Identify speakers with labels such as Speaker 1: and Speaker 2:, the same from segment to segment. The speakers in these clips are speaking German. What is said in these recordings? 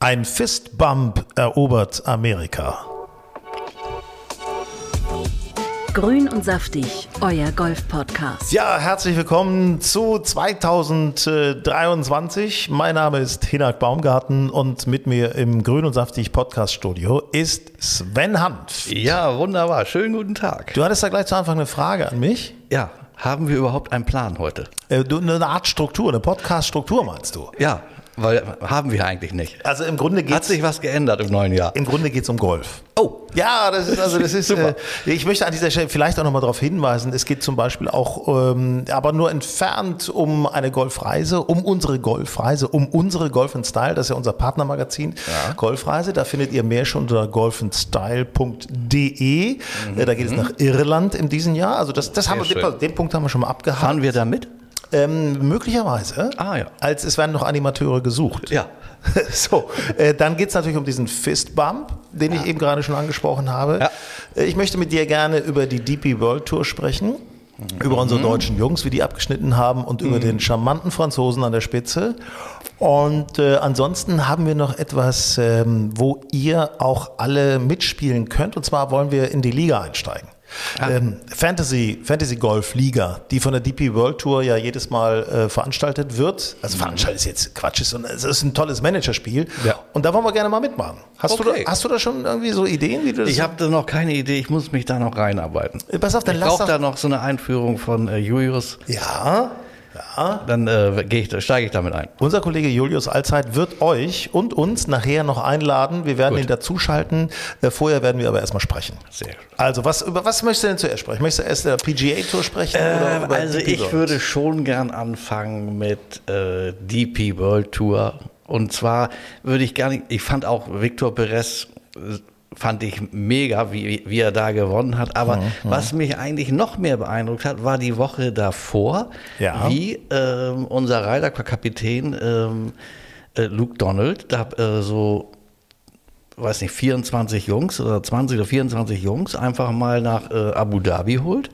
Speaker 1: Ein Fistbump erobert Amerika.
Speaker 2: Grün und saftig, euer Golf-Podcast.
Speaker 1: Ja, herzlich willkommen zu 2023. Mein Name ist Hinak Baumgarten und mit mir im Grün und saftig Podcast Studio ist Sven Hanf.
Speaker 3: Ja, wunderbar. Schönen guten Tag.
Speaker 1: Du hattest da gleich zu Anfang eine Frage an mich.
Speaker 3: Ja, haben wir überhaupt einen Plan heute?
Speaker 1: Äh, du- Eine Art Struktur, eine Podcast-Struktur meinst du?
Speaker 3: Ja, weil haben wir eigentlich nicht.
Speaker 1: Also im Grunde
Speaker 3: Hat
Speaker 1: geht's
Speaker 3: sich was geändert im neuen Jahr?
Speaker 1: im Grunde geht's um Golf.
Speaker 3: Oh,
Speaker 1: Ja, das ist also das ist.
Speaker 3: Super.
Speaker 1: äh, ich möchte an dieser Stelle vielleicht auch nochmal darauf hinweisen. Es geht zum Beispiel auch, ähm, aber nur entfernt um eine Golfreise, um unsere Golfreise, um unsere Golf and Style. Das ist ja unser Partnermagazin Golfreise. Da findet ihr mehr schon unter golfandstyle.de. Äh, Da geht es nach Irland in diesem Jahr. Also das, das haben wir,
Speaker 3: Mhm. schön.
Speaker 1: den, den Punkt haben wir schon mal abgehakt.
Speaker 3: fahren wir da mit?
Speaker 1: Ähm, möglicherweise.
Speaker 3: Ah, ja.
Speaker 1: Als es werden noch Animateure gesucht.
Speaker 3: Ja.
Speaker 1: So, äh, dann geht es natürlich um diesen Fistbump, den ich eben gerade schon angesprochen habe.
Speaker 3: Ja.
Speaker 1: Äh, Ich möchte mit dir gerne über die DP World Tour sprechen, über
Speaker 3: Mhm.
Speaker 1: unsere deutschen Jungs, wie die abgeschnitten haben und über den charmanten Franzosen an der Spitze. Und äh, ansonsten haben wir noch etwas, ähm, wo ihr auch alle mitspielen könnt. Und zwar wollen wir in die Liga einsteigen.
Speaker 3: Ah.
Speaker 1: Ähm, Fantasy, Fantasy Golf Liga, die von der DP World Tour ja jedes Mal äh, veranstaltet wird. Also veranstaltet ist jetzt Quatsch, ist, sondern es ist ein tolles Managerspiel.
Speaker 3: Mhm. Ja.
Speaker 1: Und da wollen wir gerne mal mitmachen. Hast, du,
Speaker 3: Okay.
Speaker 1: da, hast du da schon irgendwie so Ideen, wie du das
Speaker 3: Ich habe da noch keine Idee. Ich muss mich da noch reinarbeiten.
Speaker 1: Äh, Pass auf, dann
Speaker 3: Ich
Speaker 1: lass
Speaker 3: brauche
Speaker 1: doch.
Speaker 3: da noch so eine Einführung von äh, Julius.
Speaker 1: ja.
Speaker 3: Dann äh, gehe ich, steige ich damit ein.
Speaker 1: Unser Kollege Julius Allzeit wird euch und uns nachher noch einladen. Wir werden
Speaker 3: Gut.
Speaker 1: ihn dazuschalten. Äh, Vorher werden wir aber erstmal sprechen.
Speaker 3: Sehr schön.
Speaker 1: Also, was, über was möchtest du denn zuerst sprechen? Möchtest du erst der PGA-Tour sprechen? oder
Speaker 3: Ähm,
Speaker 1: über
Speaker 3: also
Speaker 1: DP
Speaker 3: ich
Speaker 1: World?
Speaker 3: würde schon gern anfangen mit äh, DP World Tour. Und zwar würde ich gerne, ich fand auch Victor Perez, äh, fand ich mega, wie, wie er da gewonnen hat. Aber
Speaker 1: Mhm.
Speaker 3: was mich eigentlich noch mehr beeindruckt hat, war die Woche davor,
Speaker 1: Ja.
Speaker 3: wie ähm, unser Reiterkapitän ähm, äh, Luke Donald da äh, so weiß nicht, 24 Jungs oder 20 oder 24 Jungs einfach mal nach äh, Abu Dhabi holt.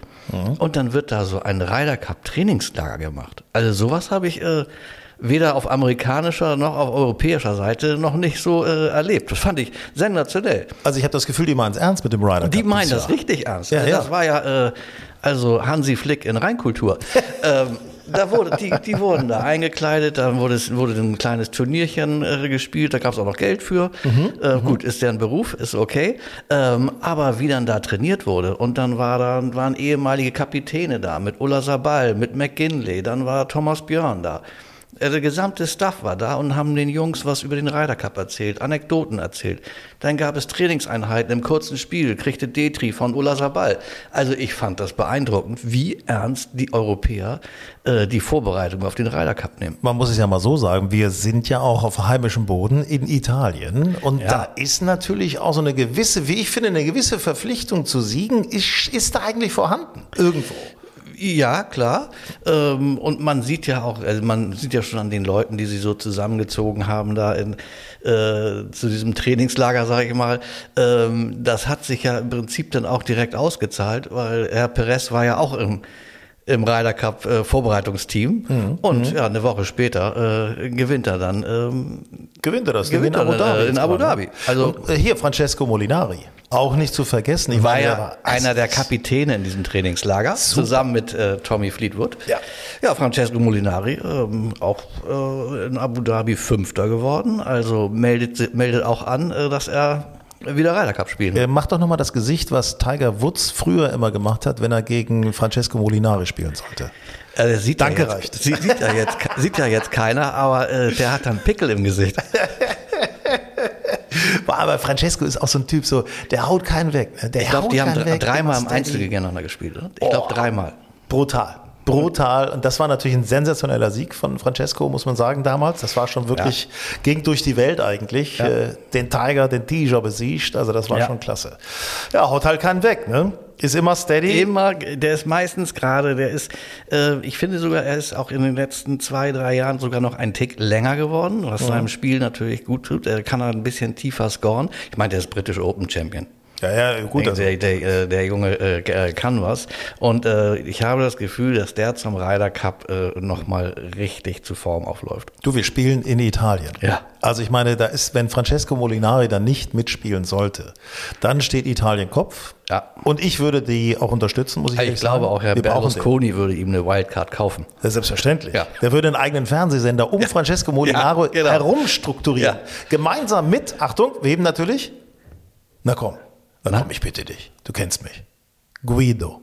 Speaker 3: Und dann wird da so ein Ryder Cup Trainingslager gemacht. Also sowas habe ich äh, weder auf amerikanischer noch auf europäischer Seite noch nicht so äh, erlebt. Das fand ich sensationell.
Speaker 1: Also, ich habe das Gefühl, die meinen es ernst mit dem Ryder.
Speaker 3: Die
Speaker 1: Cup
Speaker 3: meinen
Speaker 1: dieses
Speaker 3: das
Speaker 1: Jahr.
Speaker 3: richtig ernst.
Speaker 1: Ja,
Speaker 3: Also
Speaker 1: ja.
Speaker 3: Das war ja äh, also Hansi Flick in Rheinkultur. ähm, da wurde, die, die wurden da eingekleidet, dann wurde, es, wurde ein kleines Turnierchen äh, gespielt, da gab es auch noch Geld für.
Speaker 1: Mhm,
Speaker 3: Äh, gut, ist deren Beruf, ist okay. Ähm, aber wie dann da trainiert wurde und dann war da, waren ehemalige Kapitäne da mit Ulla Sabal, mit McGinley, dann war Thomas Björn da. Äh, Der gesamte Staff war da und haben den Jungs was über den Ryder Cup erzählt, Anekdoten erzählt. Dann gab es Trainingseinheiten im kurzen Spiel, kriegte Detri von Ulla Sabal. Also ich fand das beeindruckend, wie ernst die Europäer äh, die Vorbereitung auf den Ryder Cup nehmen.
Speaker 1: Man muss es ja mal so sagen, wir sind ja auch auf heimischem Boden in Italien. Und
Speaker 3: Ja.
Speaker 1: da ist natürlich auch so eine gewisse, wie ich finde, eine gewisse Verpflichtung zu siegen, ist, ist da eigentlich vorhanden. Irgendwo.
Speaker 3: Ja, klar. Ähm, und man sieht ja auch, also man sieht ja schon an den Leuten, die sie so zusammengezogen haben da in, äh, zu diesem Trainingslager, sage ich mal. Ähm, das hat sich ja im Prinzip dann auch direkt ausgezahlt, weil Herr Perez war ja auch im im Ryder Cup äh, Vorbereitungsteam und ja eine Woche später äh, gewinnt er dann ähm,
Speaker 1: Gewinnt er das?
Speaker 3: Gewinnt
Speaker 1: in Abu
Speaker 3: er dann,
Speaker 1: Dhabi.
Speaker 3: äh, in
Speaker 1: jetzt
Speaker 3: Abu
Speaker 1: mal, ne?
Speaker 3: Dhabi. Also-
Speaker 1: Und, äh, hier Francesco Molinari. Auch nicht zu vergessen. Ich
Speaker 3: war
Speaker 1: meine,
Speaker 3: ja
Speaker 1: der war-
Speaker 3: einer der Kapitäne in diesem Trainingslager, zusammen mit äh, Tommy Fleetwood.
Speaker 1: Ja.
Speaker 3: ja Francesco Molinari, ähm, auch äh, in Abu Dhabi Fünfter geworden. Also meldet, meldet auch an, äh, dass er wieder Ryder Cup spielen
Speaker 1: Äh, Mach doch nochmal das Gesicht, was Tiger Woods früher immer gemacht hat, wenn er gegen Francesco Molinari spielen sollte.
Speaker 3: Äh, das sieht ja
Speaker 1: Danke
Speaker 3: jetzt,
Speaker 1: reicht.
Speaker 3: Sieht, sieht, ja jetzt, ke- sieht ja jetzt keiner, aber äh, der hat dann Pickel im Gesicht.
Speaker 1: Boah, aber Francesco ist auch so ein Typ, so, der haut keinen weg. ne? Der
Speaker 3: Ich glaube,
Speaker 1: haut
Speaker 3: die haben
Speaker 1: keinen
Speaker 3: dr-
Speaker 1: weg, der
Speaker 3: dreimal
Speaker 1: macht
Speaker 3: im Einzel
Speaker 1: steady.
Speaker 3: gegeneinander gespielt. Oder?
Speaker 1: Oh.
Speaker 3: Ich glaube, dreimal.
Speaker 1: Brutal. Brutal. Und das war natürlich ein sensationeller Sieg von Francesco, muss man sagen, damals. Das war schon wirklich, ging durch die Welt eigentlich. Äh, Den Tiger, den Tiger besiegt. Also das war
Speaker 3: Ja.
Speaker 1: schon klasse. Ja, haut halt keinen weg, ne? Ist immer steady.
Speaker 3: Immer, der ist meistens gerade, der ist, äh, ich finde sogar, er ist auch in den letzten zwei, drei Jahren sogar noch einen Tick länger geworden, was seinem Spiel natürlich gut tut. Er kann da ein bisschen tiefer scoren. Ich meine, der ist British Open Champion.
Speaker 1: Ja, ja, gut. Also.
Speaker 3: der, der, der Junge äh, kann was. Und äh, ich habe das Gefühl, dass der zum Ryder Cup äh, nochmal richtig zu Form aufläuft.
Speaker 1: Du, wir spielen in Italien.
Speaker 3: Ja.
Speaker 1: Also ich meine, da ist, wenn Francesco Molinari dann nicht mitspielen sollte, dann steht Italien Kopf.
Speaker 3: Ja.
Speaker 1: Und ich würde die auch unterstützen, muss ich,
Speaker 3: Ich
Speaker 1: ehrlich
Speaker 3: glaube
Speaker 1: sagen.
Speaker 3: auch, Herr
Speaker 1: Wir brauchen den.
Speaker 3: Berlusconi würde ihm eine Wildcard kaufen.
Speaker 1: Ja, selbstverständlich.
Speaker 3: Ja.
Speaker 1: Der würde einen eigenen Fernsehsender um Francesco Molinaro
Speaker 3: Ja, genau.
Speaker 1: herumstrukturieren.
Speaker 3: Ja.
Speaker 1: Gemeinsam mit, Achtung, wem natürlich? Na komm, na, komm, ich bitte dich. Du kennst mich. Guido.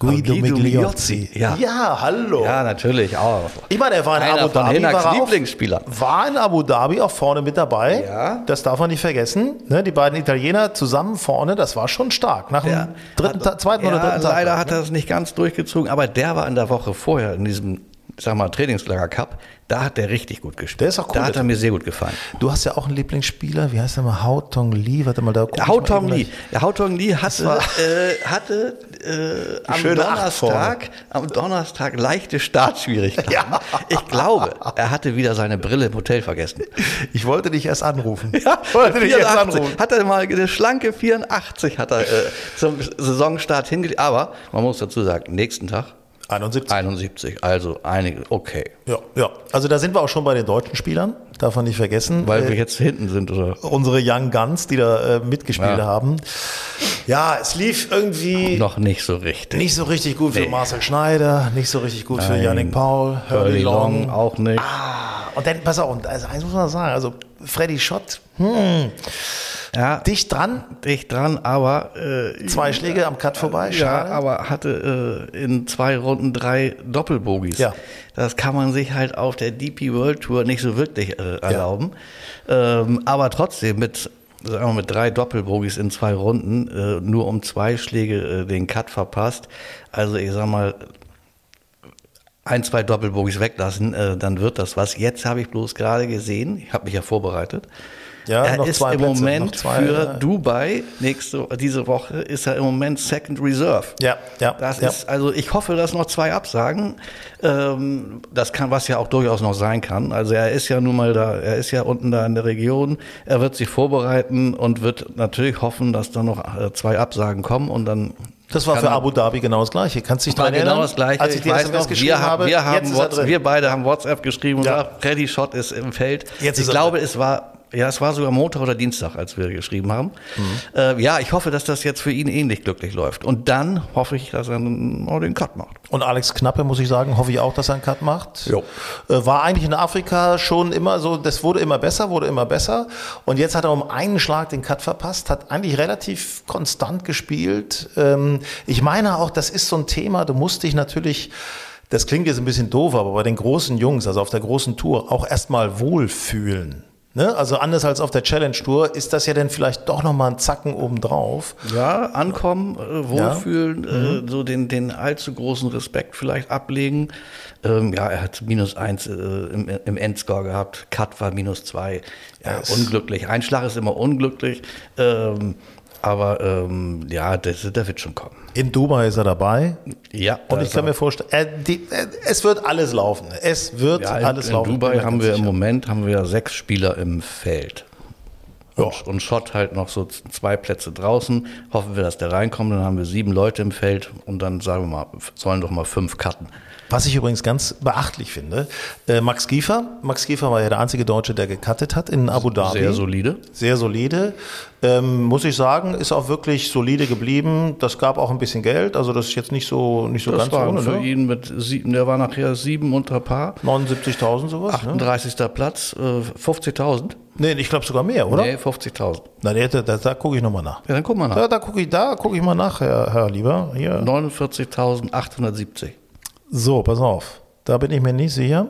Speaker 1: Guido,
Speaker 3: Ah, Guido
Speaker 1: Migliozzi.
Speaker 3: Migliozzi, ja.
Speaker 1: hallo.
Speaker 3: Ja, natürlich auch.
Speaker 1: Ich meine, er war in
Speaker 3: Einer
Speaker 1: Abu
Speaker 3: von
Speaker 1: Dhabi.
Speaker 3: Hinnacks
Speaker 1: War, er
Speaker 3: Lieblingsspieler.
Speaker 1: Auch, war in Abu Dhabi auch vorne mit dabei.
Speaker 3: Ja.
Speaker 1: Das darf man nicht vergessen. Ne, die beiden Italiener zusammen vorne, das war schon stark. Nach dem
Speaker 3: Ja.
Speaker 1: dritten,
Speaker 3: Hat-
Speaker 1: Ta- zweiten oder
Speaker 3: ja,
Speaker 1: dritten Tag. ne?
Speaker 3: Leider hat er es nicht ganz durchgezogen, aber der war in der Woche vorher in diesem, ich sag mal, Trainingslager Cup. Da hat der richtig gut gespielt.
Speaker 1: Der ist auch cool,
Speaker 3: Da
Speaker 1: der
Speaker 3: hat er
Speaker 1: Typ.
Speaker 3: mir sehr gut gefallen.
Speaker 1: Du hast ja auch einen Lieblingsspieler, wie heißt der mal? Hao Tong Lee, warte mal, da guck ich
Speaker 3: Hao
Speaker 1: mal eben
Speaker 3: Tong Lee.
Speaker 1: gleich.
Speaker 3: Ja, Hao Tong Lee hatte,
Speaker 1: war-
Speaker 3: äh, hatte äh, am,
Speaker 1: Schöne Acht vorne.
Speaker 3: Donnerstag, am Donnerstag leichte Startschwierigkeiten.
Speaker 1: Ja.
Speaker 3: Ich glaube, er hatte wieder seine Brille im Hotel vergessen.
Speaker 1: Ich wollte dich erst anrufen. wollte dich erst
Speaker 3: 84,
Speaker 1: anrufen.
Speaker 3: hat er mal eine schlanke 84 hat er äh, zum Saisonstart hingelegt. Aber man muss dazu sagen, nächsten Tag
Speaker 1: 71.
Speaker 3: 71, also einige, okay.
Speaker 1: Ja, ja. Also da sind wir auch schon bei den deutschen Spielern, darf man nicht vergessen.
Speaker 3: Weil wir jetzt hinten sind, oder?
Speaker 1: unsere Young Guns, die da äh, mitgespielt
Speaker 3: Ja.
Speaker 1: haben. Ja, es lief irgendwie
Speaker 3: Noch nicht so richtig.
Speaker 1: nicht so richtig gut für Marcel Schneider, nicht so richtig gut für Yannick Paul, Hurley
Speaker 3: Early
Speaker 1: Long. Ah.
Speaker 3: Long auch nicht.
Speaker 1: Und dann, pass auf, und also, eins muss man sagen, also Freddy Schott, hm,
Speaker 3: ja,
Speaker 1: dicht dran,
Speaker 3: dicht dran, aber äh,
Speaker 1: zwei Schläge am Cut vorbei,
Speaker 3: ja,
Speaker 1: schade.
Speaker 3: aber hatte äh, in zwei Runden drei Doppelbogies.
Speaker 1: Ja.
Speaker 3: Das kann man sich halt auf der DP World Tour nicht so wirklich äh, erlauben. Ähm, aber trotzdem mit sagen wir mal, mit drei Doppelbogies in zwei Runden äh, nur um zwei Schläge äh, den Cut verpasst. Also ich sag mal ein, zwei Doppelbogies weglassen, äh, dann wird das was. Jetzt habe ich bloß gerade gesehen, ich habe mich ja vorbereitet.
Speaker 1: Ja,
Speaker 3: er
Speaker 1: noch
Speaker 3: ist
Speaker 1: zwei
Speaker 3: im
Speaker 1: Plätze,
Speaker 3: Moment
Speaker 1: noch zwei,
Speaker 3: für
Speaker 1: ja.
Speaker 3: Dubai nächste diese Woche ist er im Moment Second Reserve.
Speaker 1: Ja, ja,
Speaker 3: Das
Speaker 1: ja.
Speaker 3: ist also ich hoffe, dass noch zwei Absagen. Ähm, das kann was ja auch durchaus noch sein kann. Also er ist ja nun mal da, er ist ja unten da in der Region. Er wird sich vorbereiten und wird natürlich hoffen, dass da noch äh, zwei Absagen kommen und dann
Speaker 1: Das war
Speaker 3: kann
Speaker 1: für
Speaker 3: er-
Speaker 1: Abu Dhabi genau das Gleiche. Kannst du dich
Speaker 3: war
Speaker 1: daran
Speaker 3: genau
Speaker 1: erinnern?
Speaker 3: das gleiche.
Speaker 1: Als ich, die
Speaker 3: weiß
Speaker 1: SMS
Speaker 3: noch,
Speaker 1: geschrieben
Speaker 3: wir, haben-
Speaker 1: habe,
Speaker 3: wir,
Speaker 1: jetzt
Speaker 3: haben
Speaker 1: ist er
Speaker 3: What's,
Speaker 1: drin.
Speaker 3: wir beide haben WhatsApp geschrieben und
Speaker 1: Ja.
Speaker 3: gesagt, Freddy Schott ist im Feld.
Speaker 1: Jetzt
Speaker 3: ich
Speaker 1: ist er
Speaker 3: glaube, es war, ja, es war sogar Montag oder Dienstag, als wir geschrieben haben.
Speaker 1: Mhm.
Speaker 3: Äh, ja, ich hoffe, dass das jetzt für ihn ähnlich glücklich läuft. Und dann hoffe ich, dass er noch den Cut macht.
Speaker 1: Und Alex Knappe, muss ich sagen, hoffe ich auch, dass er einen Cut macht.
Speaker 3: Jo.
Speaker 1: Äh, War eigentlich in Afrika schon immer so, das wurde immer besser, wurde immer besser. Und jetzt hat er um einen Schlag den Cut verpasst, hat eigentlich relativ konstant gespielt. Ähm, Ich meine auch, das ist so ein Thema, du musst dich natürlich, das klingt jetzt ein bisschen doof, aber bei den großen Jungs, also auf der großen Tour, auch erstmal wohlfühlen. Ne? Also anders als auf der Challenge Tour ist das ja dann vielleicht doch nochmal ein Zacken obendrauf.
Speaker 3: Ja, ankommen, äh, wohlfühlen,
Speaker 1: Mhm.
Speaker 3: Äh, so den, den allzu großen Respekt vielleicht ablegen. Ähm, ja, er hat minus eins äh, im, im Endscore gehabt, Cut war minus zwei. Ja,
Speaker 1: Yes.
Speaker 3: unglücklich. Ein Schlag ist immer unglücklich. Ähm, aber ähm, ja, das, der wird schon kommen.
Speaker 1: In Dubai ist er dabei.
Speaker 3: Ja,
Speaker 1: Und ich kann mir vorstellen, äh, die, äh, es wird alles laufen. Es wird
Speaker 3: ja, in,
Speaker 1: alles
Speaker 3: in
Speaker 1: laufen.
Speaker 3: Dubai
Speaker 1: Bin mir
Speaker 3: haben
Speaker 1: ganz
Speaker 3: wir im
Speaker 1: sicher.
Speaker 3: Moment haben wir sechs Spieler im Feld.
Speaker 1: Ja.
Speaker 3: Und, und Schott halt noch so z- zwei Plätze draußen. Hoffen wir, dass der reinkommt. Dann haben wir sieben Leute im Feld und dann sagen wir mal, f- sollen doch mal fünf cutten.
Speaker 1: Was ich übrigens ganz beachtlich finde, äh, Max Giefer. Max Giefer war ja der einzige Deutsche, der gecuttet hat in Abu Dhabi.
Speaker 3: Sehr solide.
Speaker 1: Sehr solide. Ähm, muss ich sagen, ist auch wirklich solide geblieben. Das gab auch ein bisschen Geld. Also das ist jetzt nicht so, nicht so
Speaker 3: Das
Speaker 1: ganz
Speaker 3: war
Speaker 1: ohne.
Speaker 3: für
Speaker 1: Ne?
Speaker 3: ihn mit sieben, der war nachher sieben unter Paar.
Speaker 1: 79.000 sowas. Ne?
Speaker 3: 38. Platz, äh, 50.000.
Speaker 1: Nee, ich glaube sogar mehr, oder?
Speaker 3: Nee, 50.000.
Speaker 1: Na, der, hätte- da, da gucke ich nochmal nach.
Speaker 3: Ja, dann guck mal
Speaker 1: Da,
Speaker 3: nach.
Speaker 1: da gucke ich, da guck ich mal nach, Herr, Herr Lieber. Hier.
Speaker 3: 49.870.
Speaker 1: So, pass auf. Da bin ich mir nicht sicher.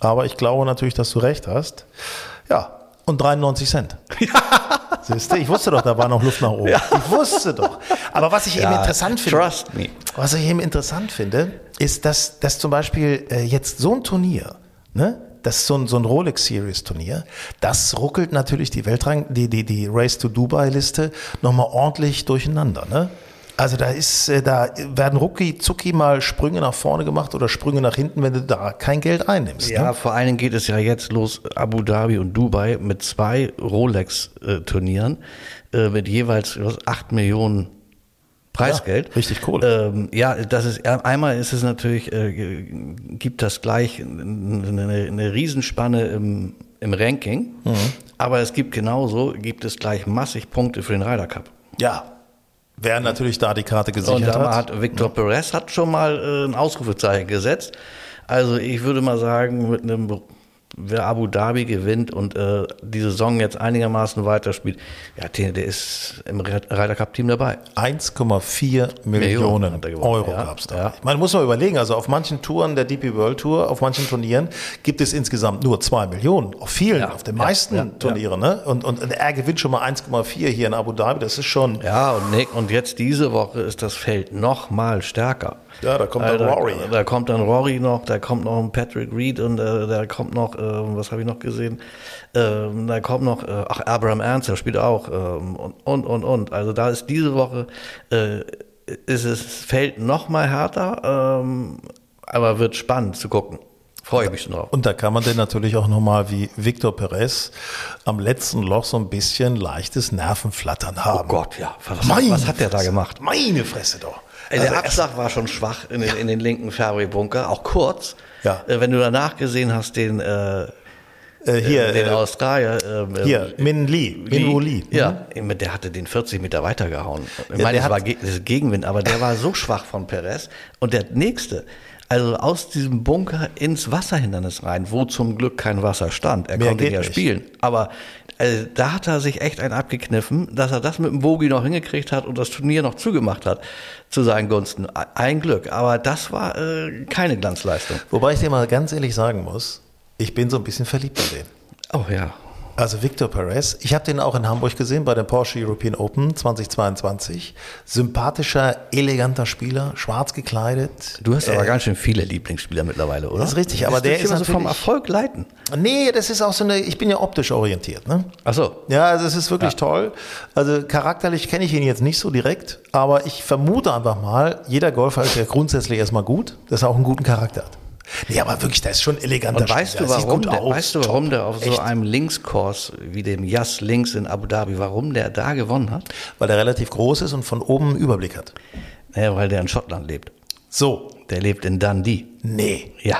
Speaker 1: Aber ich glaube natürlich, dass du recht hast. Ja, und 93 Cent. Siehst du, ich wusste doch, da war noch Luft nach oben. Ich wusste doch. Aber was ich eben interessant finde,
Speaker 3: Trust me.
Speaker 1: was ich eben interessant finde, ist, dass, dass zum Beispiel äh, jetzt so ein Turnier, ne, das ist so ein, so ein Rolex Series Turnier, das ruckelt natürlich die Weltrang, die, die, die Race to Dubai Liste nochmal ordentlich durcheinander, ne? Also da ist, äh, da werden rucki zucki mal Sprünge nach vorne gemacht oder Sprünge nach hinten, wenn du da kein Geld einnimmst.
Speaker 3: Ja,
Speaker 1: Ne?
Speaker 3: vor allen Dingen geht es ja jetzt los, Abu Dhabi und Dubai mit zwei Rolex-Turnieren äh, mit jeweils was, 8 Millionen Preisgeld.
Speaker 1: Ja, richtig Kohle.
Speaker 3: Ähm, ja, das ist einmal ist es natürlich, äh, gibt das gleich eine, eine Riesenspanne im, im Ranking,
Speaker 1: Mhm.
Speaker 3: aber es gibt genauso, gibt es gleich massig Punkte für den Ryder Cup.
Speaker 1: Ja. Wer natürlich da die Karte
Speaker 3: Und
Speaker 1: gesichert
Speaker 3: da
Speaker 1: hat.
Speaker 3: hat Victor Perez hat schon mal äh, ein Ausrufezeichen gesetzt. Also ich würde mal sagen, mit einem wer Abu Dhabi gewinnt und äh, die Saison jetzt einigermaßen weiterspielt, ja, der, der ist im Ryder Cup Team dabei.
Speaker 1: 1,4
Speaker 3: Millionen
Speaker 1: Millionen
Speaker 3: hat er gewonnen,
Speaker 1: Euro
Speaker 3: ja.
Speaker 1: gab's da.
Speaker 3: Ja.
Speaker 1: Man muss mal überlegen, also auf manchen Touren der DP World Tour, auf manchen Turnieren gibt es insgesamt nur 2 Millionen. Auf vielen,
Speaker 3: Ja,
Speaker 1: auf den
Speaker 3: ja,
Speaker 1: meisten
Speaker 3: ja,
Speaker 1: Turnieren. Ne? Und, und er gewinnt schon mal 1,4 hier in Abu Dhabi. Das ist schon,
Speaker 3: Ja, und Nick, und jetzt diese Woche ist das Feld noch mal stärker.
Speaker 1: Ja, da kommt dann
Speaker 3: da,
Speaker 1: Rory.
Speaker 3: Da kommt dann Rory noch, da kommt noch ein Patrick Reed und äh, da kommt noch, ähm, was habe ich noch gesehen? Ähm, da kommt noch, äh, ach, Abraham Ernst, der spielt auch ähm, und, und, und, und. Also da ist diese Woche, äh, ist es Feld noch mal härter, ähm, aber wird spannend zu gucken. Freue ich mich schon drauf.
Speaker 1: Und da kann man denn natürlich auch nochmal wie Victor Perez am letzten Loch so ein bisschen leichtes Nervenflattern haben.
Speaker 3: Oh Gott, ja, was,
Speaker 1: Meine
Speaker 3: was hat der da
Speaker 1: Fresse.
Speaker 3: gemacht?
Speaker 1: Meine Fresse doch.
Speaker 3: Ey, der
Speaker 1: Also
Speaker 3: Abschlag war schon schwach in den, in den linken Fairway-Bunker, auch kurz.
Speaker 1: Ja.
Speaker 3: Äh, wenn du danach gesehen hast, den, äh,
Speaker 1: erst, äh, hier,
Speaker 3: den
Speaker 1: äh,
Speaker 3: Australier. ähm, ähm,
Speaker 1: hier, Min Lee, Min Woo Lee.
Speaker 3: Ja, eben, der hatte den 40 Meter weitergehauen. Ich
Speaker 1: Mhm. Ja,
Speaker 3: meine,
Speaker 1: der hat-
Speaker 3: das war Ge das ist Gegenwind, aber der war so schwach von Perez. Und der nächste, also aus diesem Bunker ins Wasserhindernis rein, wo zum Glück kein Wasser stand. Er
Speaker 1: Mehr
Speaker 3: konnte ihn
Speaker 1: geht
Speaker 3: ja
Speaker 1: nicht.
Speaker 3: spielen. Aber äh, da hat er sich echt einen abgekniffen, dass er das mit dem Bogi noch hingekriegt hat und das Turnier noch zugemacht hat zu seinen Gunsten. Ein Glück. Aber das war äh, keine Glanzleistung.
Speaker 1: Wobei ich dir mal ganz ehrlich sagen muss, ich bin so ein bisschen verliebt in den.
Speaker 3: Oh ja.
Speaker 1: Also Victor Perez, ich habe den auch in Hamburg gesehen bei der Porsche European Open 2022. Sympathischer, eleganter Spieler, schwarz gekleidet. Äh,
Speaker 3: Du hast aber ganz schön viele Lieblingsspieler mittlerweile, oder?
Speaker 1: Das ist richtig, aber
Speaker 3: Lässt dich
Speaker 1: der ist
Speaker 3: immer so vom
Speaker 1: natürlich-
Speaker 3: Erfolg leiten.
Speaker 1: Nee, das ist auch so eine, ich bin ja optisch orientiert, ne?
Speaker 3: Ach so.
Speaker 1: Ja, also es ist wirklich toll. Also charakterlich kenne ich ihn jetzt nicht so direkt, aber ich vermute einfach mal, jeder Golfer ist ja grundsätzlich erstmal gut, dass er auch einen guten Charakter hat. Nee, aber wirklich, der ist schon eleganter
Speaker 3: Und weißt du,
Speaker 1: Spieler. Sieht
Speaker 3: warum
Speaker 1: gut
Speaker 3: der,
Speaker 1: aus.
Speaker 3: weißt du, warum
Speaker 1: Top.
Speaker 3: der auf so
Speaker 1: Echt.
Speaker 3: einem Linkskurs wie dem Yas Links in Abu Dhabi, warum der da gewonnen hat?
Speaker 1: Weil der relativ groß ist und von oben einen Überblick hat.
Speaker 3: Naja, weil der in Schottland lebt.
Speaker 1: So,
Speaker 3: Der lebt in Dundee.
Speaker 1: nee.
Speaker 3: Ja.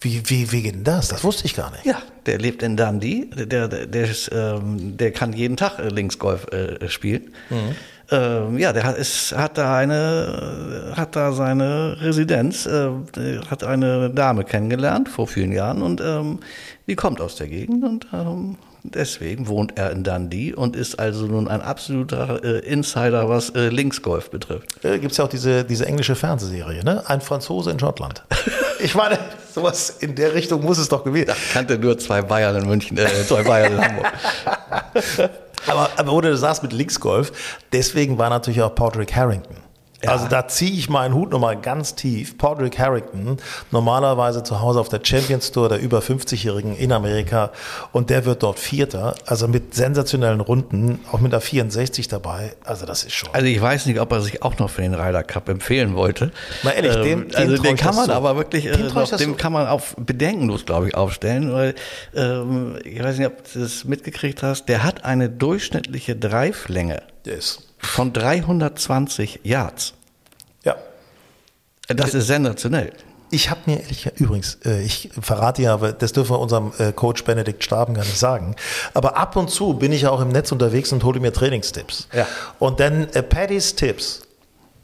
Speaker 1: Wie, wie, wie geht denn das? Das wusste ich gar nicht.
Speaker 3: Ja, der lebt in Dundee. Der, der, der, ist, ähm, der kann jeden Tag äh, Linksgolf äh, spielen. Ähm, ja, der hat, ist, hat da eine, hat da seine Residenz, äh, hat eine Dame kennengelernt vor vielen Jahren und ähm, die kommt aus der Gegend und ähm, deswegen wohnt er in Dundee und ist also nun ein absoluter äh, Insider, was äh, Linksgolf betrifft.
Speaker 1: Äh, Gibt es ja auch diese, diese englische Fernsehserie, ne? Ein Franzose in Schottland. Ich meine, sowas in der Richtung muss es doch gewesen.
Speaker 3: Kannte nur zwei Bayern in München, äh, zwei Bayern in Hamburg.
Speaker 1: Aber, aber wo du sagst mit Linksgolf, deswegen war natürlich auch Patrick Harrington. Also da ziehe ich meinen Hut nochmal ganz tief. Patrick Harrington, normalerweise zu Hause auf der Champions Tour der über 50-Jährigen in Amerika und der wird dort Vierter, also mit sensationellen Runden, auch mit der 64 dabei. Also das ist schon.
Speaker 3: Also ich weiß nicht, ob er sich auch noch für den Ryder Cup empfehlen wollte.
Speaker 1: Mal ehrlich, dem- dem
Speaker 3: also
Speaker 1: trau
Speaker 3: den
Speaker 1: ich
Speaker 3: kann
Speaker 1: das
Speaker 3: man
Speaker 1: zu.
Speaker 3: aber wirklich, äh,
Speaker 1: Dem trau ich
Speaker 3: noch,
Speaker 1: das
Speaker 3: dem
Speaker 1: zu.
Speaker 3: kann man auf bedenkenlos, glaube ich, aufstellen, weil ähm, ich weiß nicht, ob du das mitgekriegt hast. Der hat eine durchschnittliche Dreiflänge
Speaker 1: Der ist.
Speaker 3: von 320 Yards.
Speaker 1: Ja.
Speaker 3: Das ist sensationell.
Speaker 1: Ich habe mir ehrlich, übrigens, äh, ich verrate ja, aber das dürfen wir unserem äh, Coach Benedikt Staben gar nicht sagen. Aber ab und zu bin ich ja auch im Netz unterwegs und hole mir Trainingstipps.
Speaker 3: Ja.
Speaker 1: Und dann äh, Paddy's Tipps.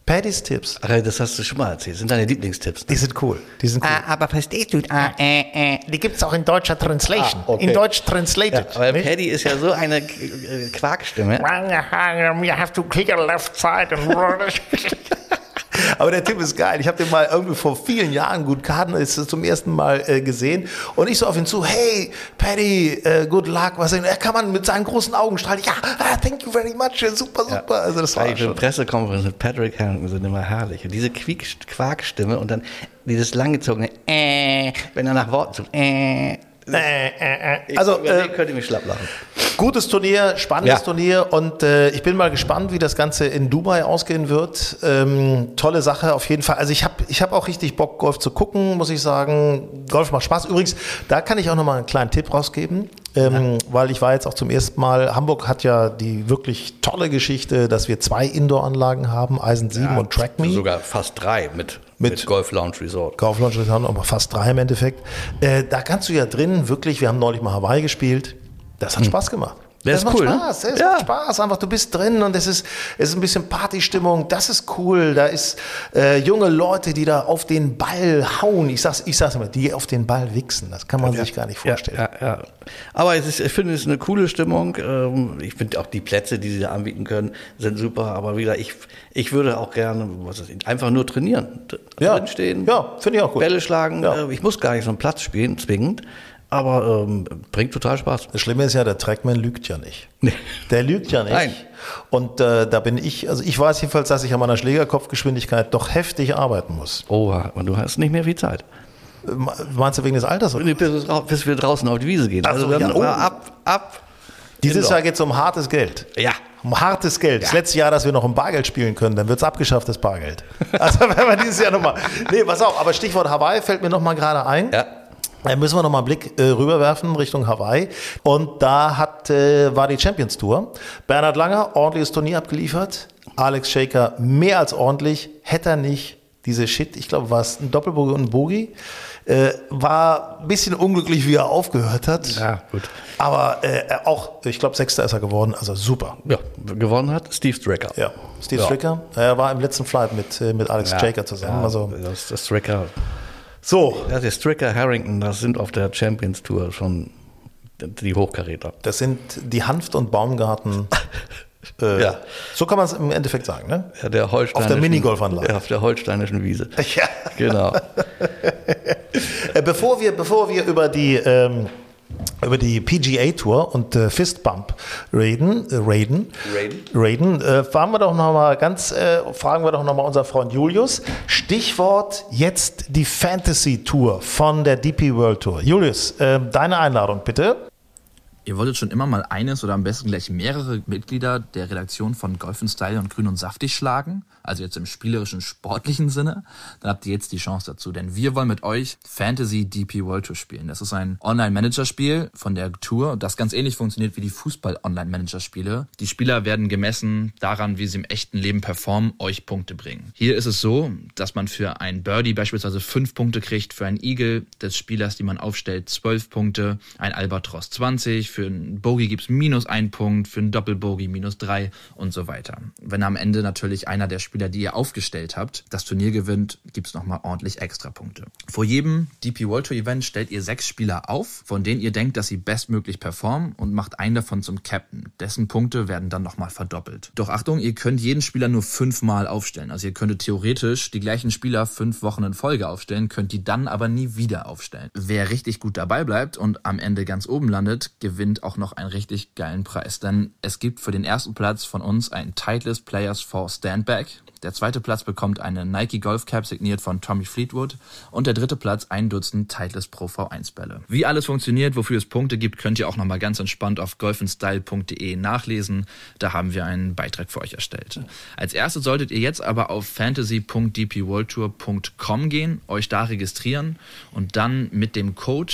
Speaker 1: Paddy's Tipps.
Speaker 3: Ach, das hast du schon mal erzählt. Das sind deine Lieblingstipps.
Speaker 1: Die sind cool. Die sind cool.
Speaker 4: Ah, aber verstehst du? Ah, äh, äh.
Speaker 1: Die gibt es auch in deutscher Translation.
Speaker 3: Ah, okay.
Speaker 1: In Deutsch translated.
Speaker 3: Weil
Speaker 1: nicht?
Speaker 3: Paddy ist ja so eine äh, Quarkstimme.
Speaker 1: um,
Speaker 4: You have to clear left side and
Speaker 1: Aber der Tipp ist geil. Ich habe den mal irgendwie vor vielen Jahren, gut, Karten ist es zum ersten Mal äh, gesehen. Und ich so auf ihn zu, hey, Paddy, äh, good luck. Was denn? Er kann man mit seinen großen Augen strahlen. Ja, ah, thank you very much. äh, Super, super. Also das war
Speaker 3: Eigentlich
Speaker 1: schon.
Speaker 3: eine Pressekonferenz mit Patrick Harrington sind immer herrlich. Und diese Quiek- Quarkstimme und dann dieses langgezogene äh, wenn er nach Worten sucht, äh,
Speaker 1: Äh, äh, äh.
Speaker 3: Ich-
Speaker 1: Also,
Speaker 3: über
Speaker 1: äh,
Speaker 3: den könnte ich mich schlapp lachen.
Speaker 1: Gutes Turnier, spannendes
Speaker 3: Ja.
Speaker 1: Turnier und äh, ich bin mal gespannt, wie das Ganze in Dubai ausgehen wird. Ähm, tolle Sache auf jeden Fall. Also ich habe ich hab auch richtig Bock, Golf zu gucken, muss ich sagen. Golf macht Spaß. Übrigens, da kann ich auch nochmal einen kleinen Tipp rausgeben, ähm, weil ich war jetzt auch zum ersten Mal, Hamburg hat ja die wirklich tolle Geschichte, dass wir zwei Indoor-Anlagen haben, Eisen 7 und Track Me.
Speaker 3: Sogar fast drei mit,
Speaker 1: Mit-
Speaker 3: mit, Golf Lounge Resort.
Speaker 1: Kauflounge, das haben aber fast drei im Endeffekt. Äh, da kannst du ja drin wirklich, wir haben neulich mal Hawaii gespielt. Das hat Spaß gemacht.
Speaker 3: Hm. Das ist
Speaker 1: macht
Speaker 3: cool, ne?
Speaker 1: Spaß, das
Speaker 3: Ja.
Speaker 1: macht Spaß. Einfach, du bist drin und es ist, es ist ein bisschen Partystimmung. Das ist cool. Da ist äh, junge Leute, die da auf den Ball hauen. Ich sag's, ich sag's immer, die auf den Ball wichsen. Das kann man sich gar nicht vorstellen.
Speaker 3: Ja, ja, ja. Aber es ist, ich finde, es ist eine coole Stimmung. Ähm, Ich finde auch die Plätze, die sie da anbieten können, sind super. Aber wieder, ich, ich würde auch gerne was weiß ich, einfach nur trainieren. D-
Speaker 1: Ja.
Speaker 3: Drinstehen,
Speaker 1: Ja, finde ich auch gut.
Speaker 3: Bälle schlagen.
Speaker 1: Ja.
Speaker 3: Äh, Ich muss gar nicht so einen Platz spielen, zwingend. Aber ähm, bringt total Spaß.
Speaker 1: Das Schlimme ist ja, der Trackman lügt ja nicht.
Speaker 3: Nee.
Speaker 1: Der lügt ja nicht.
Speaker 3: Nein.
Speaker 1: Und äh, da bin ich, also ich weiß jedenfalls, dass ich an meiner Schlägerkopfgeschwindigkeit doch heftig arbeiten muss.
Speaker 3: Oha, und du hast nicht mehr viel Zeit.
Speaker 1: Äh, Meinst du wegen des Alters? Oder?
Speaker 3: Nee, Bis, wir drau- bis wir draußen auf die Wiese gehen.
Speaker 1: Ach so,
Speaker 3: also dann
Speaker 1: ja, oh.
Speaker 3: äh, ab, ab.
Speaker 1: Dieses
Speaker 3: Indoor.
Speaker 1: Jahr geht es um hartes Geld.
Speaker 3: Ja.
Speaker 1: Um hartes Geld. Das letzte Jahr, dass wir noch im Bargeld spielen können, dann wird es abgeschafft, das Bargeld. Also wenn wir dieses Jahr nochmal. Nee, pass auf, aber Stichwort Hawaii fällt mir nochmal gerade ein.
Speaker 3: Ja.
Speaker 1: Da müssen wir nochmal einen Blick äh, rüberwerfen Richtung Hawaii. Und da hat, äh, war die Champions Tour. Bernhard Langer, ordentliches Turnier abgeliefert. Alex Shaker, mehr als ordentlich. Hätte er nicht diese Shit, ich glaube, war es ein Doppelbogie und ein Bogie. Äh, war ein bisschen unglücklich, wie er aufgehört hat.
Speaker 3: Ja, gut.
Speaker 1: Aber äh, auch, ich glaube, Sechster ist er geworden, also super.
Speaker 3: Ja, gewonnen hat Steve Stracker.
Speaker 1: Ja, Steve
Speaker 3: Ja.
Speaker 1: Stricker, er war im letzten Flight mit, äh, mit Alex Jaker zusammen.
Speaker 3: Ja,
Speaker 1: Also,
Speaker 3: das, das Stricker,
Speaker 1: so,
Speaker 3: das ist Stricker Harrington, das sind auf der Champions Tour schon die Hochkaräter.
Speaker 1: das sind die Hanft und Baumgarten. Äh,
Speaker 3: Ja.
Speaker 1: So kann man es im Endeffekt sagen, ne?
Speaker 3: Ja, der holsteinischen,
Speaker 1: Minigolfanlage.
Speaker 3: Ja, auf der holsteinischen Wiese.
Speaker 1: Ja.
Speaker 3: Genau.
Speaker 1: Äh, bevor, wir, bevor wir über die. Ähm, über die PGA Tour und äh, Fistbump reden, äh, reden,
Speaker 3: Raiden.
Speaker 1: reden äh, fahren wir doch noch mal ganz, äh, fragen wir doch noch mal unseren Freund Julius. Stichwort jetzt die Fantasy Tour von der DP World Tour. Julius, äh, deine Einladung bitte.
Speaker 5: Ihr wolltet schon immer mal eines oder am besten gleich mehrere Mitglieder der Redaktion von Golf in Style und Grün und Saftig schlagen, also jetzt im spielerischen, sportlichen Sinne, dann habt ihr jetzt die Chance dazu, denn wir wollen mit euch Fantasy DP World Tour spielen. Das ist ein Online-Manager-Spiel von der Tour, das ganz ähnlich funktioniert wie die Fußball-Online-Manager-Spiele. Die Spieler werden gemessen daran, wie sie im echten Leben performen, euch Punkte bringen. Hier ist es so, dass man für ein Birdie beispielsweise fünf Punkte kriegt, für einen Eagle des Spielers, die man aufstellt, zwölf Punkte, ein Albatros 20, für einen Bogey gibt's minus ein Punkt, für einen Doppelbogey minus drei und so weiter. Wenn am Ende natürlich einer der Spieler, die ihr aufgestellt habt, das Turnier gewinnt, gibt's nochmal ordentlich extra Punkte. Vor jedem DP World Tour Event stellt ihr sechs Spieler auf, von denen ihr denkt, dass sie bestmöglich performen und macht einen davon zum Captain. Dessen Punkte werden dann nochmal verdoppelt. Doch Achtung, ihr könnt jeden Spieler nur fünfmal aufstellen. Also ihr könntet theoretisch die gleichen Spieler fünf Wochen in Folge aufstellen, könnt die dann aber nie wieder aufstellen. Wer richtig gut dabei bleibt und am Ende ganz oben landet, gewinnt auch noch einen richtig geilen Preis. Denn es gibt für den ersten Platz von uns einen Titleist Players for Standback. Der zweite Platz bekommt eine Nike Golf Cap signiert von Tommy Fleetwood und der dritte Platz ein Dutzend Titleist Pro V1 Bälle. Wie alles funktioniert, wofür es Punkte gibt, könnt ihr auch nochmal ganz entspannt auf golfinstyle.de nachlesen. Da haben wir einen Beitrag für euch erstellt. Als erstes solltet ihr jetzt aber auf fantasy.dpworldtour.com gehen, euch da registrieren und dann mit dem Code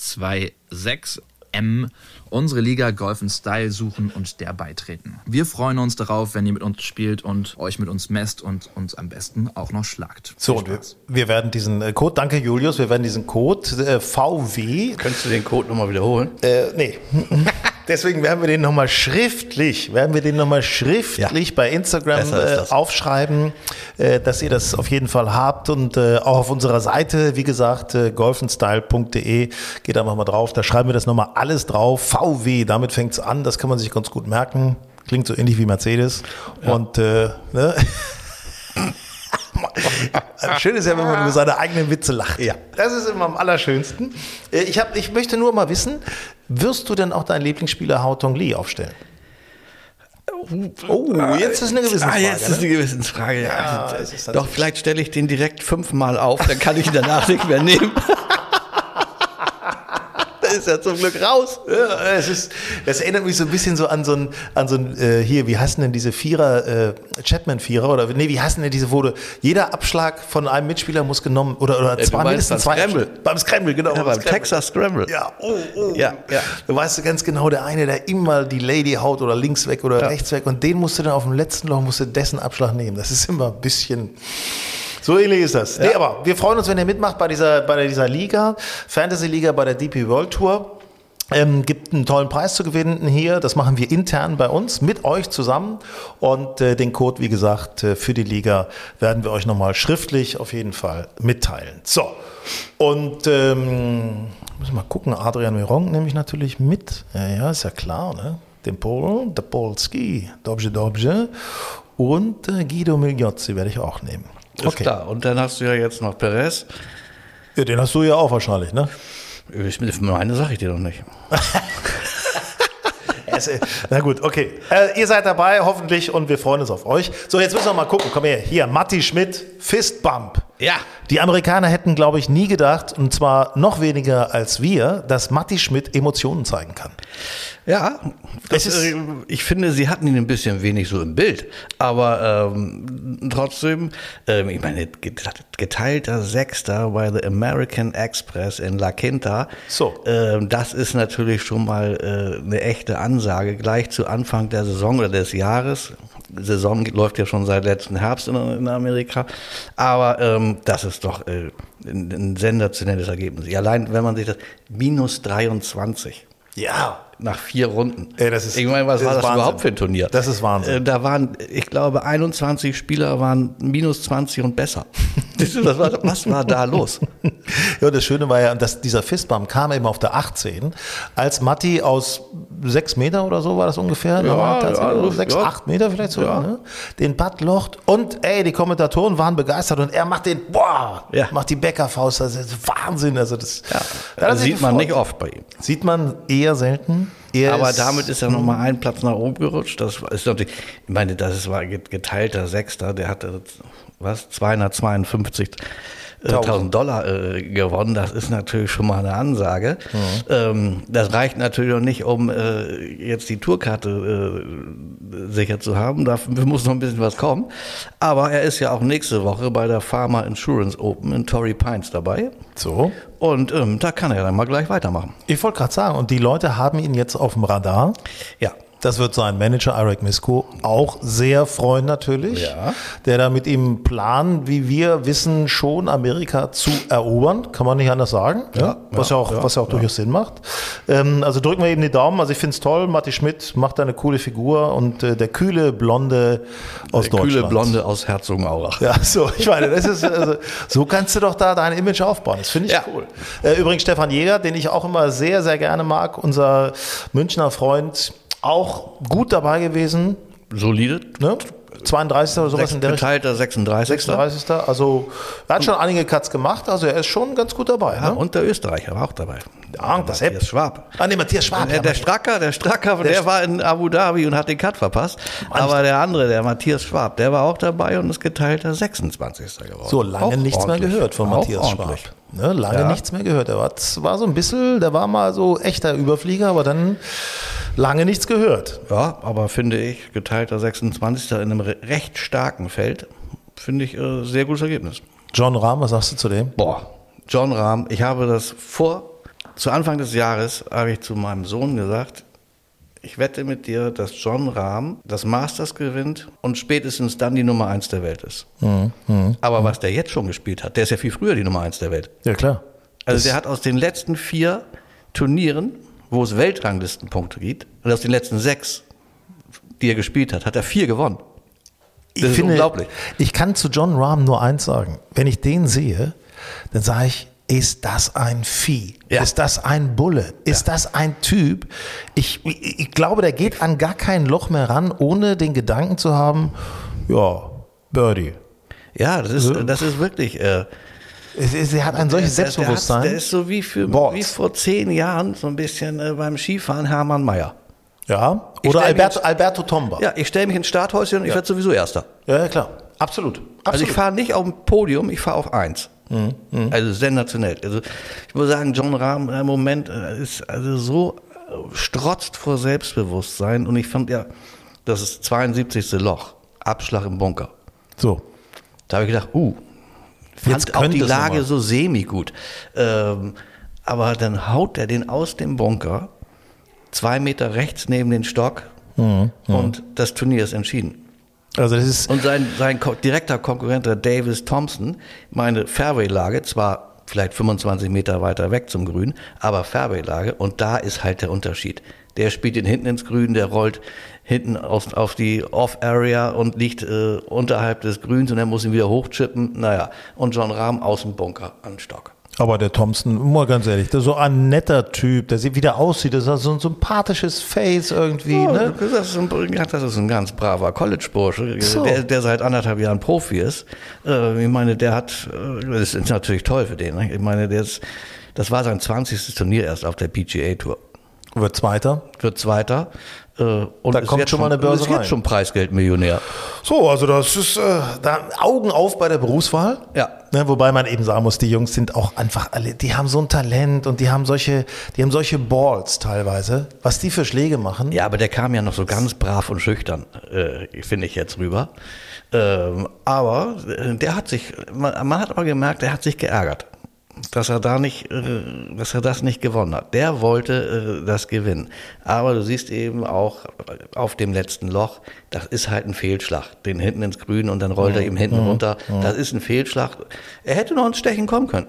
Speaker 5: VW3DG26 M unsere Liga Golf in Style suchen und der beitreten. Wir freuen uns darauf, wenn ihr mit uns spielt und euch mit uns messt und uns am besten auch noch schlagt.
Speaker 1: So,
Speaker 5: Viel
Speaker 1: und wir,
Speaker 5: Spaß.
Speaker 1: wir werden diesen äh, Code, danke Julius, wir werden diesen Code äh, VW,
Speaker 3: Könntest du den Code nochmal wiederholen?
Speaker 1: äh, nee, deswegen werden wir den nochmal schriftlich, werden wir den nochmal schriftlich bei Instagram
Speaker 3: Besser ist
Speaker 1: äh,
Speaker 3: das.
Speaker 1: aufschreiben, äh, dass ihr das auf jeden Fall habt und äh, auch auf unserer Seite, wie gesagt, äh, golfenstyle.de, geht einfach mal drauf, da schreiben wir das nochmal alles drauf, VW, damit fängt's an, das kann man sich ganz gut merken, klingt so ähnlich wie Mercedes und äh, ne?
Speaker 3: Also,
Speaker 1: Schön ist ja, wenn man über seine eigenen Witze lacht. Ja. Das ist immer am allerschönsten. Äh, Ich, hab, ich möchte nur mal wissen, wirst du denn auch deinen Lieblingsspieler Hao Tong Li aufstellen? Oh, jetzt ist eine Gewissensfrage.
Speaker 3: Ah, jetzt ist
Speaker 1: ne?
Speaker 3: die Gewissensfrage. Ja.
Speaker 1: Ja, es ist
Speaker 3: Doch,
Speaker 1: tatsächlich-
Speaker 3: vielleicht stelle ich den direkt fünfmal auf, dann kann ich ihn danach nicht mehr nehmen. da ist er zum Glück raus.
Speaker 1: Ja, es ist, das erinnert mich so ein bisschen so an so ein, an so ein äh, hier, wie heißen denn diese Vierer, äh, Chapman-Vierer oder, nee, wie heißen denn diese, wo du, jeder Abschlag von einem Mitspieler muss genommen, oder, oder
Speaker 3: du
Speaker 1: zwei,
Speaker 3: meinst
Speaker 1: mindestens zwei.
Speaker 3: beim Scramble.
Speaker 1: Abschläge. Beim Scramble, genau.
Speaker 3: Ja, beim
Speaker 1: Scramble.
Speaker 3: Texas Scramble.
Speaker 1: Ja, oh, oh.
Speaker 3: Ja, ja.
Speaker 1: Du weißt du ganz genau, der eine, der immer die Lady haut oder links weg oder rechts weg und den musst du dann auf dem letzten Loch, musst du dessen Abschlag nehmen. Das ist immer ein bisschen... So ähnlich ist das. Nee, aber wir freuen uns, wenn ihr mitmacht bei dieser, bei dieser Liga, Fantasy Liga bei der DP World Tour. Ähm, gibt einen tollen Preis zu gewinnen hier. Das machen wir intern bei uns mit euch zusammen. Und äh, den Code, wie gesagt, äh, für die Liga werden wir euch nochmal schriftlich auf jeden Fall mitteilen. So. Und ähm, müssen wir mal gucken. Adrian Miron nehme ich natürlich mit. Ja, ja, ist ja klar, ne? Den Polen, der Polski, Dobrze, Dobrze. Und äh, Guido Migliozzi werde ich auch nehmen.
Speaker 3: Ist klar. Und dann hast du ja jetzt noch Perez.
Speaker 1: Ja, den hast du ja auch wahrscheinlich, ne?
Speaker 3: Ich, Äh, meine sage ich dir doch nicht.
Speaker 1: Es, äh, Na gut, okay. Äh, ihr seid dabei, hoffentlich, und wir freuen uns auf euch. So, jetzt müssen wir mal gucken. Komm her, hier, Matti Schmidt, Fistbump.
Speaker 3: Ja.
Speaker 1: Die Amerikaner hätten, glaube ich, nie gedacht, und zwar noch weniger als wir, dass Matti Schmidt Emotionen zeigen kann.
Speaker 3: Ja, das,
Speaker 1: Es ist-
Speaker 3: äh, ich finde, sie hatten ihn ein bisschen wenig so im Bild. Aber ähm, trotzdem, ähm, ich meine, get- geteilter Sechster bei The American Express in La Quinta.
Speaker 1: So.
Speaker 3: Ähm, das ist natürlich schon mal äh, eine echte Ansage. Gleich zu Anfang der Saison oder des Jahres. Saison läuft ja schon seit letzten Herbst in, in Amerika. Aber ähm, das ist doch äh, ein, ein sensationelles Ergebnis. Allein, wenn man sich das minus 23
Speaker 1: Ja.
Speaker 3: nach vier Runden.
Speaker 1: Ey, das ist-
Speaker 3: ich meine, was
Speaker 1: das
Speaker 3: war
Speaker 1: ist
Speaker 3: das
Speaker 1: Wahnsinn.
Speaker 3: überhaupt für ein Turnier?
Speaker 1: Das ist Wahnsinn.
Speaker 3: Äh, Da waren, ich glaube, 21 Spieler waren minus 20 und besser. Das ist- was, war, was war da los?
Speaker 1: Ja, das Schöne war ja, dass dieser Fistbump kam eben auf der 18, als Matti aus sechs Meter oder so war das ungefähr, ja,
Speaker 3: ja,
Speaker 1: sechs,
Speaker 3: ja.
Speaker 1: acht Meter vielleicht sogar, ne? den Butt locht und ey, die Kommentatoren waren begeistert und er macht den, boah,
Speaker 3: Ja.
Speaker 1: macht die Bäckerfaust, das ist Wahnsinn, also das,
Speaker 3: Das,
Speaker 1: Ja, das
Speaker 3: sieht
Speaker 1: ist
Speaker 3: man
Speaker 1: gefreut.
Speaker 3: nicht oft bei ihm.
Speaker 1: Sieht man eher selten. Er
Speaker 3: Aber damit ist er nochmal einen Platz nach oben gerutscht. Das ist natürlich, ich meine, das ist, war get- geteilter Sechster, der hatte, was, 252. äh, 1000 Dollar äh, gewonnen, das ist natürlich schon mal eine Ansage. Ähm, das reicht natürlich noch nicht, um äh, jetzt die Tourkarte äh, sicher zu haben. Dafür muss noch ein bisschen was kommen. Aber er ist ja auch nächste Woche bei der Pharma Insurance Open in Torrey Pines dabei.
Speaker 1: so.
Speaker 3: Und ähm, da kann er dann mal gleich weitermachen.
Speaker 1: Ich wollte gerade sagen, und die Leute haben ihn jetzt auf dem Radar.
Speaker 3: Ja.
Speaker 1: Das wird sein Manager Eric Misko auch sehr freuen natürlich,
Speaker 3: Ja.
Speaker 1: der da mit ihm planen, wie wir wissen, schon Amerika zu erobern, kann man nicht anders sagen, ja, was ja auch, was ja auch durchaus Sinn macht. Ähm, also drücken wir eben die Daumen, also ich finde es toll, Matti Schmidt macht da eine coole Figur und äh, der kühle Blonde aus
Speaker 3: Der
Speaker 1: Deutschland.
Speaker 3: kühle Blonde aus Herzogenaurach.
Speaker 1: Ja, so, ich meine, das ist, also, so kannst du doch da dein Image aufbauen. Das finde ich
Speaker 3: Ja.
Speaker 1: cool. Äh, übrigens Stefan Jäger, den ich auch immer sehr, sehr gerne mag, unser Münchner Freund, auch gut dabei gewesen,
Speaker 3: Solide.
Speaker 1: ne? 32. oder sowas
Speaker 3: Sechs,
Speaker 1: in der Richtung.
Speaker 3: geteilter 36.
Speaker 1: 36. Also, er hat schon einige Cuts gemacht, also er ist schon ganz gut dabei.
Speaker 3: Ja,
Speaker 1: Ne?
Speaker 3: und der Österreicher war auch dabei.
Speaker 1: Ja, Ah, und das
Speaker 3: Matthias
Speaker 1: Hepp.
Speaker 3: Schwab. Äh,
Speaker 1: Ah, nee, Matthias Schwab.
Speaker 3: Der,
Speaker 1: ja,
Speaker 3: der Stracker, der Stracker, der, war in Abu Dhabi und hat den Cut verpasst. Aber der andere, der Matthias Schwab, der war auch dabei und ist geteilter 26. geworden.
Speaker 1: So lange
Speaker 3: Auch
Speaker 1: nichts
Speaker 3: ordentlich.
Speaker 1: mehr gehört von
Speaker 3: Auch
Speaker 1: Matthias Schwab.
Speaker 3: ordentlich.
Speaker 1: Ne, lange
Speaker 3: Ja.
Speaker 1: nichts mehr gehört. Er war, das war so ein bisschen, der war mal so echter Überflieger, aber dann lange nichts gehört.
Speaker 3: Ja, aber finde ich, geteilter 26. in einem re- recht starken Feld, finde ich äh, sehr gutes Ergebnis.
Speaker 1: John Rahm, was sagst du zu dem?
Speaker 3: Boah, John Rahm, ich habe das vor, zu Anfang des Jahres habe ich zu meinem Sohn gesagt, ich wette mit dir, dass John Rahm das Masters gewinnt und spätestens dann die Nummer 1 der Welt ist. Aber was der jetzt schon gespielt hat, der ist ja viel früher die Nummer 1 der Welt.
Speaker 1: Ja, klar.
Speaker 3: Also der hat aus den letzten vier Turnieren, wo es Weltranglistenpunkte gibt, und aus den letzten sechs, die er gespielt hat, hat er vier gewonnen.
Speaker 1: Ich
Speaker 3: das ist unglaublich.
Speaker 1: Ich kann zu John Rahm nur eins sagen. Wenn ich den sehe, dann sage ich, ist das ein Vieh?
Speaker 3: Ja.
Speaker 1: Ist das ein Bulle? Ist das ein Typ? Ich, ich, ich glaube, der geht an gar kein Loch mehr ran, ohne den Gedanken zu haben, ja, Birdie.
Speaker 3: Ja, das ist, das ist wirklich. Äh,
Speaker 1: Es ist- Er hat ein solches
Speaker 3: Der- der-
Speaker 1: Selbstbewusstsein.
Speaker 3: Der, hat, der ist so wie, für,
Speaker 1: Boards.
Speaker 3: wie vor zehn Jahren so ein bisschen äh, beim Skifahren Hermann Mayer.
Speaker 1: Ja,
Speaker 3: Ich
Speaker 1: oder
Speaker 3: stell mich
Speaker 1: Alberto,
Speaker 3: jetzt-
Speaker 1: Alberto Tomba.
Speaker 3: Ja, ich stelle mich ins Starthäuschen und ich werde sowieso Erster.
Speaker 1: ja, ja, klar. Absolut. Absolut. Mhm,
Speaker 3: Also ich fahre nicht auf dem Podium, ich fahre auf eins. Also sensationell. Also ich muss sagen, John Rahm im Moment äh, ist also so äh, strotzt vor Selbstbewusstsein und ich fand ja, das ist 72. Loch, Abschlag im Bunker.
Speaker 1: so.
Speaker 3: Da habe ich gedacht, uh, fand
Speaker 1: Jetzt
Speaker 3: auch
Speaker 1: könnte
Speaker 3: die
Speaker 1: es noch
Speaker 3: Lage
Speaker 1: mal.
Speaker 3: so semi gut. Ähm, aber dann haut er den aus dem Bunker, zwei Meter rechts neben den Stock
Speaker 1: Mhm,
Speaker 3: und das Turnier ist entschieden.
Speaker 1: Also das ist
Speaker 3: Und sein, sein Ko direkter Konkurrent, der Davis Thompson, meine Fairway-Lage, zwar vielleicht 25 Meter weiter weg zum Grün, aber Fairway-Lage und da ist halt der Unterschied. Der spielt ihn hinten ins Grün, der rollt hinten auf, auf die Off-Area und liegt äh, unterhalb des Grüns und er muss ihn wieder hochchippen. Naja, und John Rahm aus dem Bunker an den Stock.
Speaker 1: Aber der Thompson, mal ganz ehrlich, der ist so ein netter Typ, der sieht, wie der aussieht, das ist so ein sympathisches Face irgendwie,
Speaker 3: Ja,
Speaker 1: ne?
Speaker 3: Das ist ein, das ist ein ganz braver College-Bursche,
Speaker 1: So.
Speaker 3: der, der seit anderthalb Jahren Profi ist. Äh, ich meine, der hat, äh, das ist natürlich toll für den. Ne? Ich meine, der ist, das war sein 20. Turnier erst auf der PGA-Tour.
Speaker 1: Wird Zweiter.
Speaker 3: Wird Zweiter. äh, Und
Speaker 1: Da
Speaker 3: ist
Speaker 1: kommt
Speaker 3: jetzt
Speaker 1: schon mal eine
Speaker 3: und
Speaker 1: Börse
Speaker 3: Ist jetzt
Speaker 1: rein.
Speaker 3: schon Preisgeldmillionär.
Speaker 1: So, also das ist äh, da Augen auf bei der Berufswahl.
Speaker 3: Ja.
Speaker 1: Ne, wobei man eben sagen muss, die Jungs sind auch einfach alle, die haben so ein Talent und die haben solche, die haben solche Balls teilweise, was die für Schläge machen.
Speaker 3: Ja, aber der kam ja noch so ganz brav und schüchtern, äh, finde ich jetzt rüber. Ähm, aber äh, der hat sich, man, man hat aber gemerkt, der hat sich geärgert, dass er da nicht, äh, dass er das nicht gewonnen hat. Der wollte äh, das gewinnen. Aber du siehst eben auch auf dem letzten Loch, das ist halt ein Fehlschlag. Den hinten ins Grün und dann rollt er ihm hinten runter. Das ist ein Fehlschlag. Er hätte noch ins Stechen kommen können.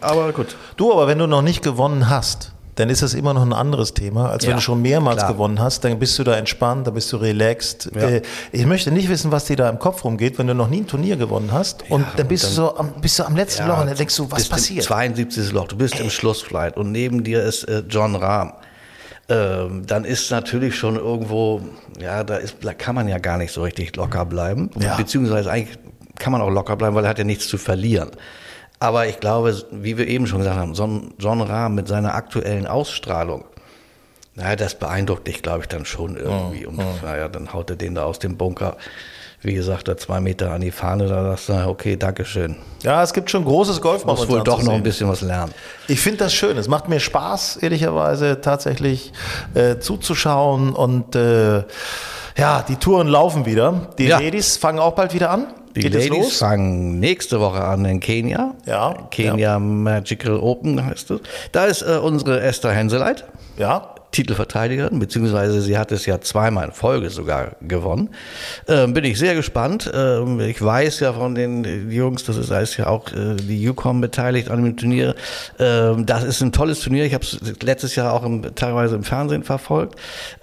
Speaker 3: Aber gut.
Speaker 1: Du, aber wenn du noch nicht gewonnen hast, dann ist das immer noch ein anderes Thema, als wenn
Speaker 3: Ja,
Speaker 1: du schon mehrmals
Speaker 3: klar.
Speaker 1: gewonnen hast, dann bist du da entspannt, dann bist du relaxed. Äh, Ich möchte nicht wissen, was dir da im Kopf rumgeht, wenn du noch nie ein Turnier gewonnen hast und dann bist du so am, bist du am letzten Loch und dann denkst du, was
Speaker 3: bist
Speaker 1: passiert? Äh.
Speaker 3: Im 72. Loch, du bist im Schlussflight und neben dir ist äh, John Rahm. Ähm, dann ist natürlich schon irgendwo, ja, da, ist, da kann man ja gar nicht so richtig locker bleiben.
Speaker 1: Ja.
Speaker 3: Beziehungsweise eigentlich kann man auch locker bleiben, weil er hat ja nichts zu verlieren. Aber ich glaube, wie wir eben schon gesagt haben, so ein John Rahm mit seiner aktuellen Ausstrahlung, naja, das beeindruckt dich, glaube ich, dann schon
Speaker 1: Mm,
Speaker 3: irgendwie. Und naja, dann haut er den da aus dem Bunker, wie gesagt, da zwei Meter an die Fahne, da sagst du, na, okay, Dankeschön
Speaker 1: Ja, es gibt schon großes Golf
Speaker 3: muss wohl doch noch ein bisschen was lernen.
Speaker 1: Ich finde das schön. Es macht mir Spaß, ehrlicherweise tatsächlich äh, zuzuschauen. Und äh, ja, die Touren laufen wieder. Die
Speaker 3: Ja.
Speaker 1: Ladies fangen auch bald wieder an.
Speaker 3: Die
Speaker 1: Geht es
Speaker 3: Ladies
Speaker 1: los?
Speaker 3: fangen nächste Woche an in Kenia.
Speaker 1: Ja,
Speaker 3: Kenia Magical Open heißt es. Da ist äh, unsere Esther Henseleit,
Speaker 1: Ja.
Speaker 3: Titelverteidigerin, beziehungsweise sie hat es ja zweimal in Folge sogar gewonnen. Ähm, bin ich sehr gespannt. Ähm, ich weiß ja von den Jungs, das ist, da ist ja auch äh, die UCOM beteiligt an dem Turnier. Ähm, das ist ein tolles Turnier. Ich habe es letztes Jahr auch im, teilweise im Fernsehen verfolgt.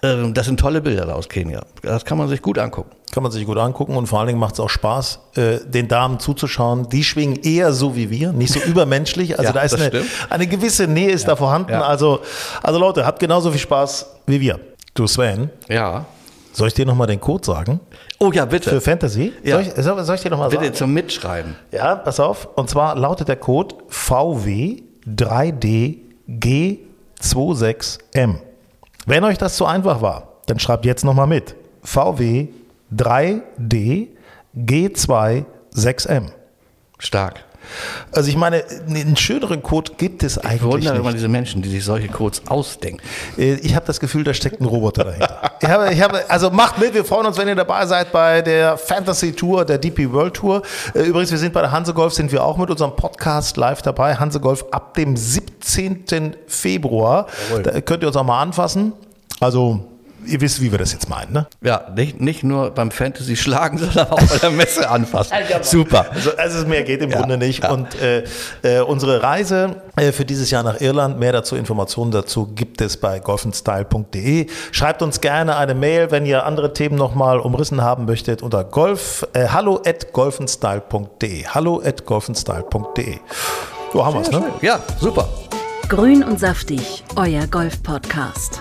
Speaker 3: Ähm, das sind tolle Bilder da aus Kenia. Das kann man sich gut angucken.
Speaker 1: Kann man sich gut angucken und vor allen Dingen macht es auch Spaß, äh, den Damen zuzuschauen. Die schwingen eher so wie wir, nicht so übermenschlich. Also
Speaker 3: Ja,
Speaker 1: da ist
Speaker 3: das
Speaker 1: eine, eine gewisse Nähe ist da vorhanden.
Speaker 3: ja.
Speaker 1: Also, also Leute, habt genauso viel Spaß wie wir. Du Sven,
Speaker 3: Ja.
Speaker 1: soll ich dir nochmal den Code sagen?
Speaker 3: Oh ja, bitte.
Speaker 1: Für Fantasy?
Speaker 3: Ja.
Speaker 1: Soll, ich, soll, soll ich dir nochmal sagen?
Speaker 3: Bitte zum Mitschreiben.
Speaker 1: Ja, pass auf. Und zwar lautet der Code VW3DG26M. Wenn euch das zu einfach war, dann schreibt jetzt nochmal mit. VW3DG26M.
Speaker 3: Stark.
Speaker 1: Also ich meine, einen schöneren Code gibt es
Speaker 3: Ich
Speaker 1: eigentlich
Speaker 3: wundere immer
Speaker 1: nicht.
Speaker 3: diese Menschen, die sich solche Codes ausdenken.
Speaker 1: Äh, Ich habe das Gefühl, da steckt ein Roboter dahinter. ich habe, ich habe, also macht mit, wir freuen uns, wenn ihr dabei seid bei der Fantasy Tour, der DP World Tour. Äh, Übrigens, wir sind bei der Hanse Golf, sind wir auch mit unserem Podcast live dabei. Hanse Golf ab dem 17. Februar. Da könnt ihr uns auch mal anfassen. Also, ihr wisst, wie wir das jetzt meinen, ne?
Speaker 3: Ja, nicht, nicht nur beim Fantasy schlagen, sondern auch bei der Messe anfassen. Super.
Speaker 1: Also, also mehr geht im
Speaker 3: Ja,
Speaker 1: Grunde nicht.
Speaker 3: ja.
Speaker 1: Und äh, äh, unsere Reise äh, für dieses Jahr nach Irland, mehr dazu, Informationen dazu gibt es bei golfenstyle.de. Schreibt uns gerne eine Mail, wenn ihr andere Themen nochmal umrissen haben möchtet, unter golf, äh, hallo at golfenstyle.de. Hallo at golfenstyle.de. So haben wir's, ne?
Speaker 3: Ja, super.
Speaker 2: Grün und saftig, euer Golf-Podcast.